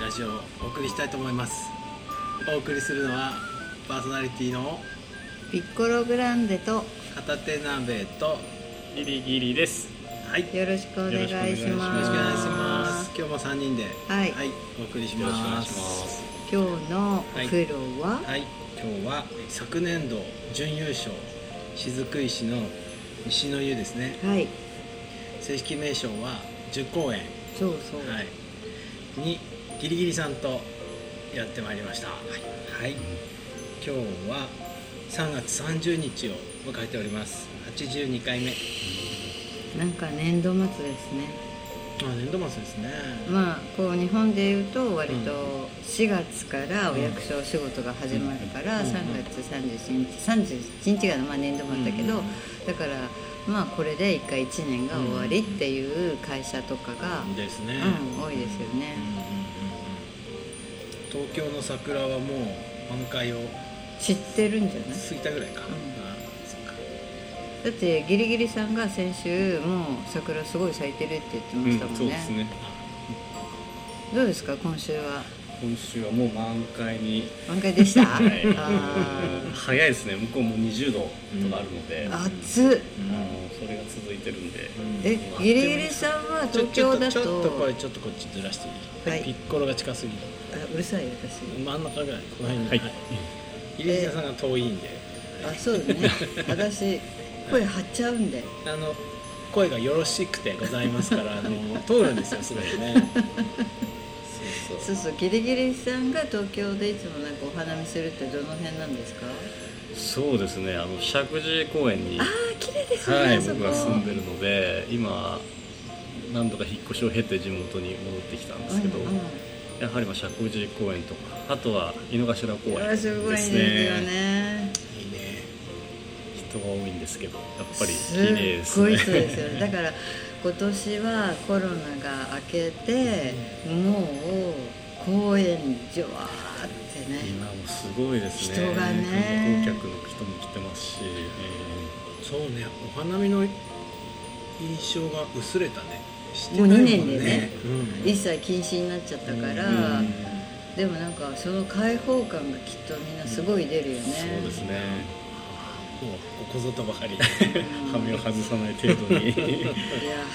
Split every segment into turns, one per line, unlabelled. ラジオをお送りしたいと思いますお送りするのはパーソナリティの
ピッコログランデと
片手鍋と
ギリギリです。
はいよ
よろしくお願いします。
よろしくお
ろしくお願いします今日も三人では
はい
お送りし
よ
ま
ろしくお願い
す
します。
今日のお風呂は、
はい今日は昨年度準優勝雫石の石の湯ですね
はい、
正式名称は十公園
そうそう、
はい、にギリギリさんとやってまいりました。はい、今日は3月30日を迎えております。82回目。
なんか年度末ですね。
あ、年度末ですね。
まあこう日本でいうと割と4月からお役所お仕事が始まるから
うん
3月31日31日がまあ年度末だけ
うん
どだからまあこれで1回1年が終わりっていう会社とかが、
ですね。
うん、多いですよ
う
ね
んうんうんうん東京の桜はもう満開を
知ってるんじゃない
過ぎたぐらいか。
うん
あそっか
だってギリギリさんが先週もう桜すごい咲いてるって言ってましたもんね,、
そうですね。
どうですか今週は
今週はもう満開に
満開でした、
はい
あ
早いですね。向こうも20度とかあるので、あ
ー暑っ
のそれが続いてるんで、
えギリギリさんは
ちょ
東京だ
ちょ
と
っとちょっとこれちょっとこっちずらしていい、
はい
ピッコロが近すぎる
あうるさい私
真ん中ぐらいこの辺に、
はい
ギリギリさんが遠いんで、
あ そうね私声張っちゃうんで
あの声がよろしくてございますから あの通るんですよすごいねそうそ
そううそうギリギリさんが東京でいつもなんかお花見するってどの辺なんですか
そうですね。あの石神井公園に、
あー綺麗ですね、
はい、
あそこ
僕が住んでるので、今何度か引っ越しを経て地元に戻ってきたんですけど、
うんうん
やはりまあ石神井公園とか、あとは井の頭公園
あ
です
すごいですよ
ね。
ね
いいね
人が多いんですけど、やっぱり
す
綺
っ
麗です
ご
ね。
い人ですよねだから今年はコロナが明けてもう公園じわーってね
今もすごいですね
人がね
観光客の人も来てますし、
そうねお花見の印象が薄れたねして
もう
ない
二
ん
年でね
うん
一切禁止になっちゃったか
え
ら、
ー
でもなんかその開放感がきっとみんなすごい出るよね、
そうですね
もうここぞとばかり
うん
羽目を外さない程度に
いや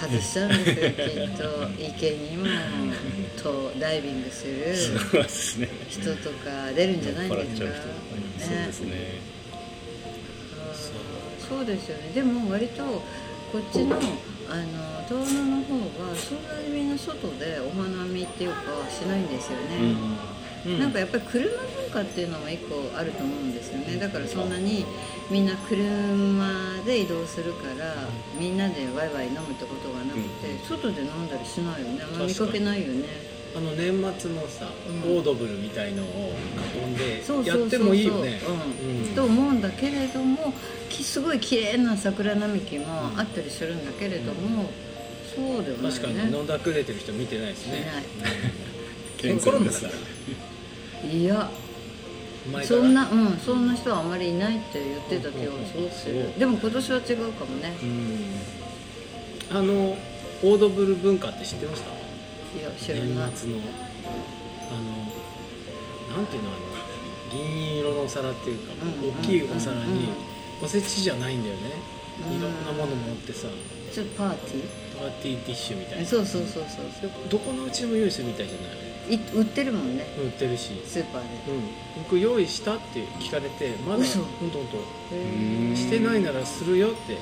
外しちゃうんですよきっと池にもとダイビングする
そうですね
人とか出るんじゃない
酔っ
で
払っ
す
ち
か
ゃう人もいっぱいいるそうですね
そうそうですよねでも割とこっちのあの遠野の方はそんなにみんな外でお花見っていうかしないんですよね、
うん
なんかやっぱり車文化っていうのも一個あると思うんですよねだからそんなにみんな車で移動するからみんなでワイワイ飲むってことがなくて外で飲んだりしないよねあんま見かけないよね
あの年末のさ、
うん
オードブルみたいのを囲んで
そうそう
や
そうそう
ってもいいよね
うん
うん
と思うんだけれどもきすごい綺麗な桜並木もあったりするんだけれども、そうではない
確かに
ね
飲んだくれてる人見てないですね
健
コロナ
康で
だ
す
か
ね
ら
いないいや
前か
そ
ら
んなうんそんな人はあまりいないって言ってた気がすごくす
うんうんうん
るでも今年は違うかもね
うんあのオードブル文化って知ってました
いや知ら
年
ない
末のあのなんていうのあの銀色のお皿っていうか、
うんうん
大きいお皿に、
うん
おせちじゃないんだよね、
うん
いろんなもの持ってさ
ちょっとパーティ
パーティーティッシュみたい
ー
な
そうそうそうそうそ
でどこのうちにも用意するみたいじゃないう
い売ってるもんね
売ってるし、
スーパーで
うん、僕用意したって聞かれてまだ
嘘
ほんとほんと
へー
してないならするよって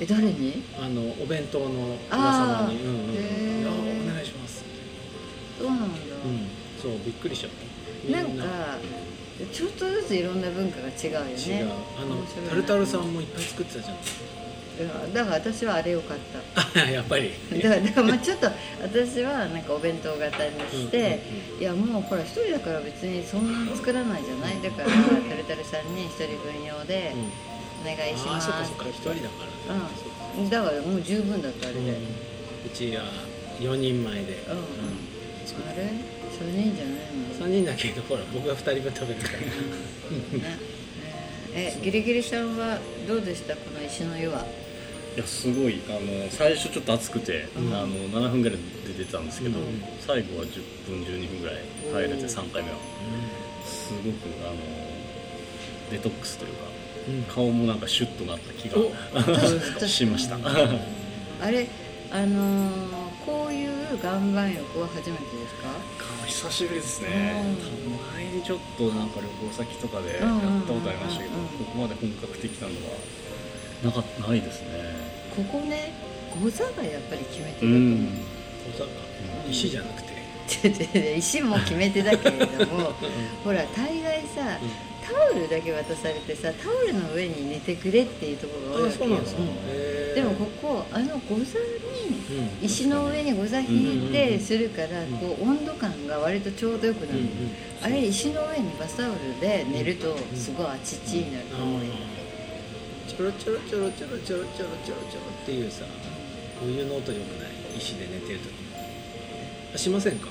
え誰に
あのお弁当の皆
あ
様
ー
に「うんうん
へー
うん、あお願いします」
そうなんだ、
うん、そうびっくりしちゃった
な
み
ん
んな
かちょっとずついろんな文化が違うよね
違うあの
面白いな
タルタルさんもいっぱい作ってたじ
うんだから私はあれを買っ
ゃんあやっぱり
ただからだからまあちょっと私はなんかお弁当型にして、いやもうほら一人だから別にそんな作らないじゃないだからタルタルさんに一人分用で
うんうんうん
お願いし
ああ
ます
そっか
っ
そっか
て
一人だからね、そっか
うんだからもう十分だったあれで、
うんうちは4人前で、
うんあれそれでいいんじゃないの
3人だけどほら僕が2人分食べるから
ねえギリギリさんはどうでしたこの石の湯は
いやすごいあの最初ちょっと暑くて、
うん
あの7分ぐらいで出てたんですけど、
うん
最後は10分12分ぐらい入れて
おー
3回目はすごくあのデトックスというか
うん
顔もなんかシュッとなった気
お
がしました
確
は
かあれあのーこういう岩盤浴は初めてですか
顔久しぶりですね
うん
多分前にちょっとなんか旅行先とかでやっ
うんうんうんうん
たことありましたけどここまで本格的なのはなかっないですね
ここねゴザがやっぱり決め手だと
う
思う、
ん
小坂石じゃなくて、
石も決め手だけれどもほら大概さタオルだけ渡されてさタオルの上に寝てくれっていうところが多い
あ
わけ
そ
よ
うなんですか、
うん
へー
でもここあのゴ
う
ザに
ん
石の上にゴザ引いてするから
うん
こう温度感が割とちょうどよくな
うん
る、
うん
あれ石の上にバスタオルで寝るとすごいあちちになると思うよ、
チョロチョロチョロチョロチョロチョロチョロチョロっていうさお湯の音よくない石で寝てる時あしませんか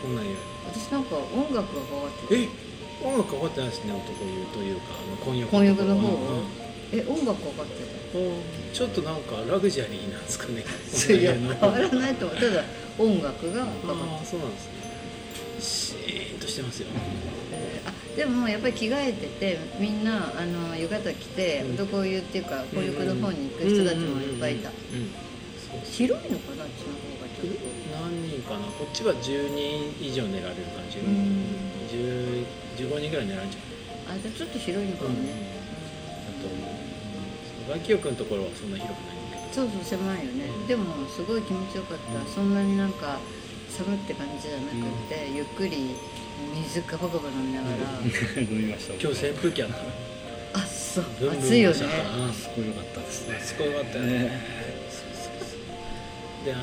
こんなん言う
私なんか音楽がかかってる
え音楽かかってないですね男湯というかあの婚浴
混浴の方
うん
え音楽かかってる
うんちょっとなんかラグジュアリーなんですかね
それいや
こんな
変
家の
わらないと思うただ音楽がかかってる
ああそうなんですねシーンとしてますよ
えーあでもやっぱり着替えててみんなあの浴衣着て
うん
男湯っていうか保育の方に行く人たちもいっぱいいた
うんうんうんそう
白いのかなあっちの方がちょっと
何人かなこっちは10人以上狙われる感じ、
うん
10 15人ぐらい狙うんじ
あじゃあちょっと広いの
ゃ
か
ない
も
かな、
ね、
あと外気浴のところはそんな広くないんだけ
そうそう狭いよね
うん
でもすごい気持ちよかった、
うん
そんなになんか寒って感じじゃなくて、ゆっくり水ガバガバ飲みながら、
飲みました
ど今日扇風機あった
あそう
ブンブン
暑いよ
し
ね
たからうん
すごい良かったですね
すごいよかったよねであの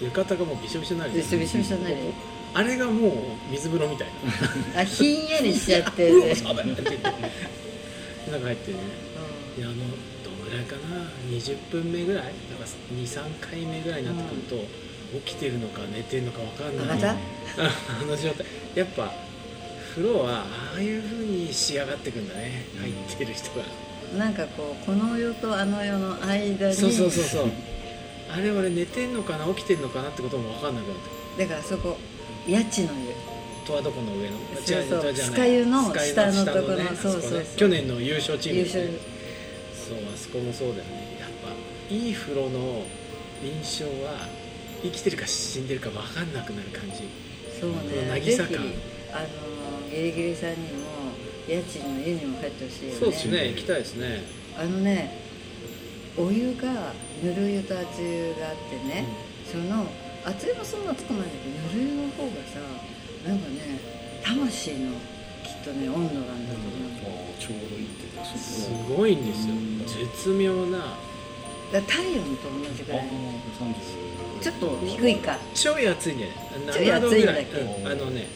浴衣がもうびしょびしょになる
びしょびしょびしょになる
あれがもう水風呂みたいな
あひんやりしちゃって
うわ
ね、
危ないって言って中入ってねであのどんぐらいかな20分目ぐらいなんか23回目ぐらいになってくると、起きてるのか寝てるのか分かん
うん、
な
ま
い
た
あの状態やっぱ風呂はああいう風に仕上がってくんだね入ってる人が、
なんかこうこの世とあの世の間に
そうそうそうそうあれ俺寝てんのかな起きてんのかなってことも分かんなくなって
だからそこ家賃の湯
十和どこの上の
そうそう
十和じゃない
スカユの
スカユ
下のところ
ね
そうそうそう
あこね去年の優勝チーム
優
ですね
勝
そうあそこもそうだよねやっぱいい風呂の印象は生きてるか死んでるか分かんなくなる感じ
そう
この
ねぜひ
渚感
あのギリギリさんにも家賃の湯にも入ってほしいよね
そうですね行きたいですね
あのねお湯がぬる湯と熱湯があってね、その熱湯もそんなつくまいんだけどぬる湯の方がさなんかね魂のきっとね温度なんだと思う
ちょうどいいって言って
す
ごい
ごいんですよ絶妙な
だから体温と同じぐらいちょっと低いか
ちょい暑いんじゃない
ちょい
7度
暑
ぐ
いんだ
らい
け
ど
うんあのね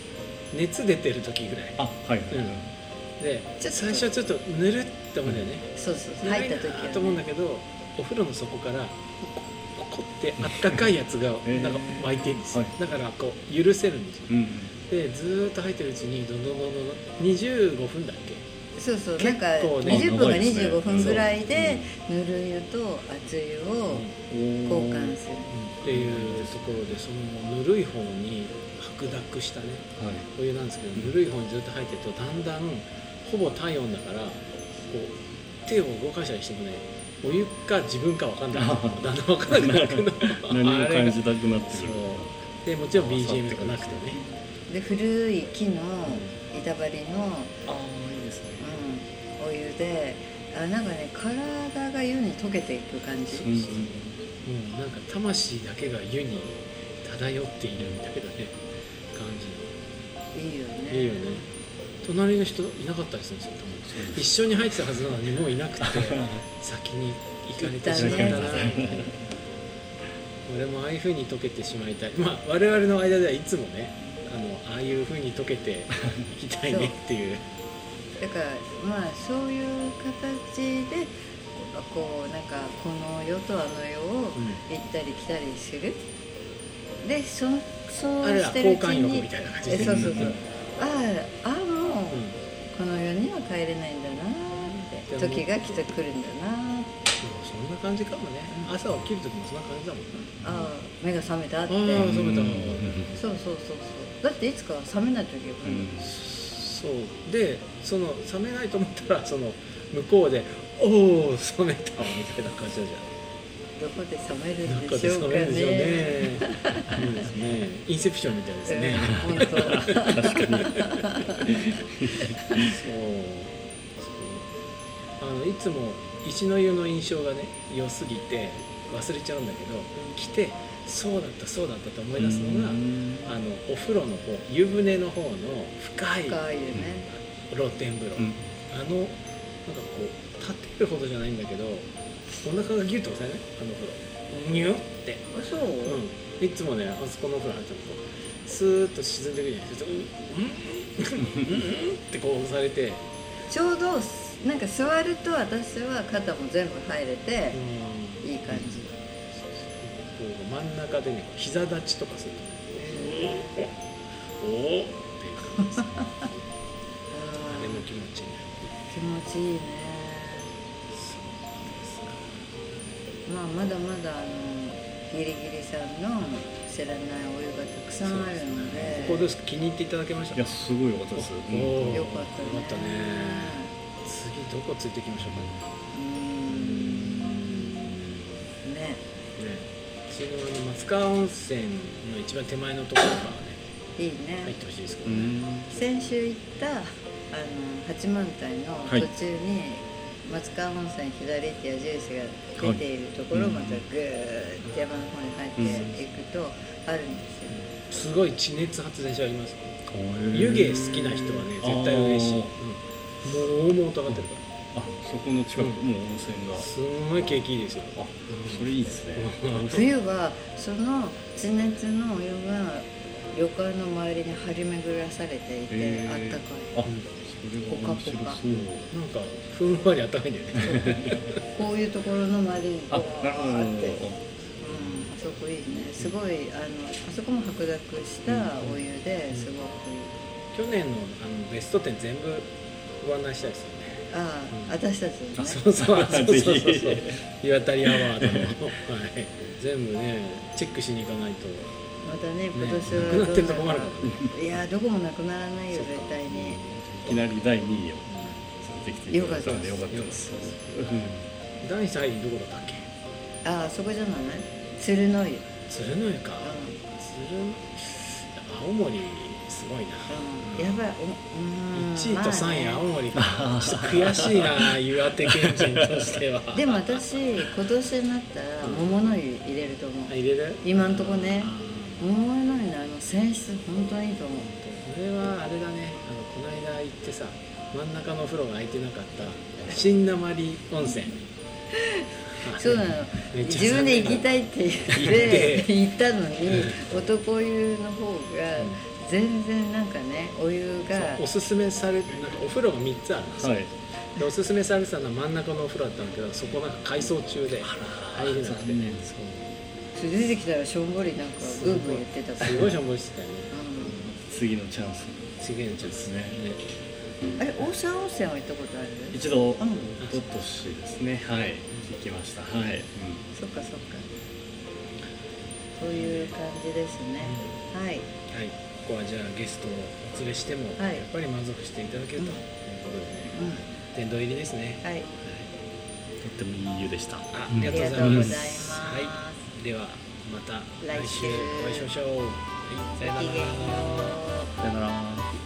熱出てる時ぐらい
あはいはい、
で
ちょっと
最初はちょっとぬるって思うんだよね、
そうそう
ぬる
入
い
っ
な
た時は、
ー
ね、
と思うんだけどお風呂の底からポコポコってあったかいやつが
えー
なんか湧いてるんですよ、
は
だからこう許せるんですよ
うんうん
でずーっと入ってるうちにどんどんどんどんどん25分だっけ
そうそう
結
なん
構
か
ね
20分が
長いですね
25分ぐらいでぬる湯と熱湯を交換する
っていうところでそのぬるい方に白濁したね
はい
お湯なんですけどぬるい方にずっと入ってるとだんだんほぼ体温だからこう手を動かしたりしてもねお湯か自分か分かんないだんだん分かんなくなる
何も感
あ
じたくな
れ
っ
が
て
そう
くる
でもちろん BGM とかなくてね
で古い木の板張りの、
ああいいですね
うん、お湯であなんかね体が湯に溶けていく感じ
うんうん
もうなんか魂だけが湯に漂っているみたいなね感じの
いいよね
いいよね隣の人いなかったりするんですよ多
そう
分一緒に入ってたはずなのにもういな くて先に行かれてしまったな
行った
ね
みたいな俺もああいう風に溶けてしまいたいまあ我々の間ではいつもねあのああいう風に溶けていきたいねっていう
だからまあそういう形でこうなんかこの世とあの世を行ったり来たりするでそのそう
あれら
してるう
交
ち
換浴み
に
たいな感じ
え
で
そうそうそううんああああもうこの世には帰れないんだなーって
でも
時が来てくるんだな
そんな感じかもね朝起きる時もそんな感じだもん
ああ目が覚めたって
ああそうだ
そうそうそうそうだっていつかは覚めない時が来るんだもん
そうでその冷めないと思ったらその向こうで「おお冷めた」みたいな感じだじゃん
どこで覚める
なん
ん
か
でし
で
ょ
す
う
か
か
ね。ですよね
ね。
いいですね。インセプションみたいです
うん
ね。
本当だ
そう。そうあのいつも石の湯の印象がね良すぎて忘れちゃうんだけど、来てそうだったそうだったと思い出すのが、あのお風呂の方湯船の方の深い
深いよ ね。
露天風呂、
うん
あのなんかこう立てるほどじゃないんだけどお腹がギュッと押さえないあの風呂ニュッて。
あそう。
うん、いつもねあそこのお風呂入ってもこうスーッと沈んでいくじゃないですかうん うんうんってこう押されて
ちょうどなんか座ると私は肩も全部入れて
うん
いい感じ。
こう真ん中でね膝立ちとかするとおおおおっていう感じですね
あ
あ
あ
れも気持ちいいね
気持ちいいね。まあまだまだあのギリギリさんの知らないお湯がたくさんあるので。
ここどうですか気に入っていただけました
いやすごい良かったです、
お
うん
ー
よかったね。
よかったね次どこついていきましょうかね
うん。ね。
ね次のあの松川温泉の一番手前のところからね
いい
入っ
ね。
てほしいですけ
う
どね、
ん
先週行ったあの八幡平の
はい
途中に、松川温泉左って矢印が出ているところを
はい
またぐーって山の方に入っていくとあるんですよ、
すごい地熱発電所あります湯
湯
気好きな人はね絶対嬉しい、うん、もう大物上がってるか
あそこの近く、
うん
もう温泉が
らすんごい景気いいですよ
あそれいいですね
冬はその地熱のお湯が旅館の周りに張り巡らされていて、
へー
あったかい
あそれが面白
ポカポカ
そう
なんかふんわり温めんだよね
こういうところの周りに
あ
こう
なるほど
あって、うん、あそこいいねすごいあのあそこも白濁したお湯ですごくいい
去年のあのベスト10全部ご案内したいですよね
あ
うん
あ、私たちのね
そうそうそうそうそう
ぜひ
岩谷アワードの、はい、全部ねチェックしに行かないと
またね今年
ね
は
なくなってると困るか
いやどこもなくならない
そ
よ
うか
絶対に
いきなり第2位をできていただいたのでよ
よ
か
か
っ
った
よ
です
第3位どこだったっけ
ああそこじゃない鶴の湯うん
鶴の湯か、鶴の青森すごいな、
うんやばいおうん
1位と3位
まあ
青
ね
森か、ちょっと悔しいな岩手県人としては
でも私今年になったら桃の湯入れると思
あ
う
入れる
今んとこね
あ
桃の湯のあの泉質本当にいいと思う
ーこれはあれだねあのこの間行ってさ真ん中のお風呂が空いてなかった新なまり温泉
そうなの
めっちゃ
自分で行きたいって言って行ったのに男湯の方が全然なんかねお湯が
おすすめされなんかお風呂が3つあるんですよ、
はい
でおすすめされてたのは真ん中のお風呂だったんだけどそこなんか改装中で入れなくて
残
ね
念
出てきたらしょんぼりなんかグーグー言ってたから
すごいしょんぼりしてたよね
次のチャンス
次のチャンスね
うんあれ大沢温泉は行ったことある
一度一
うん
昨年ですねはい行きましたはい、
そっかそっかそういう感じですねはい
はい、ここはじゃあゲストをお連れしても、
はい
やっぱり満足していただけるということでね、
うん
殿堂入りですね、
はい
うんとってもいい湯でした
ああり
あ
がと
り
うご
が
ざ
と
いう
ご
ま
ざい
す
ます
はい、ではまた来
来
週
週
お会いしましょう、はい、さよ
ごきげん
なら
よう
さよなら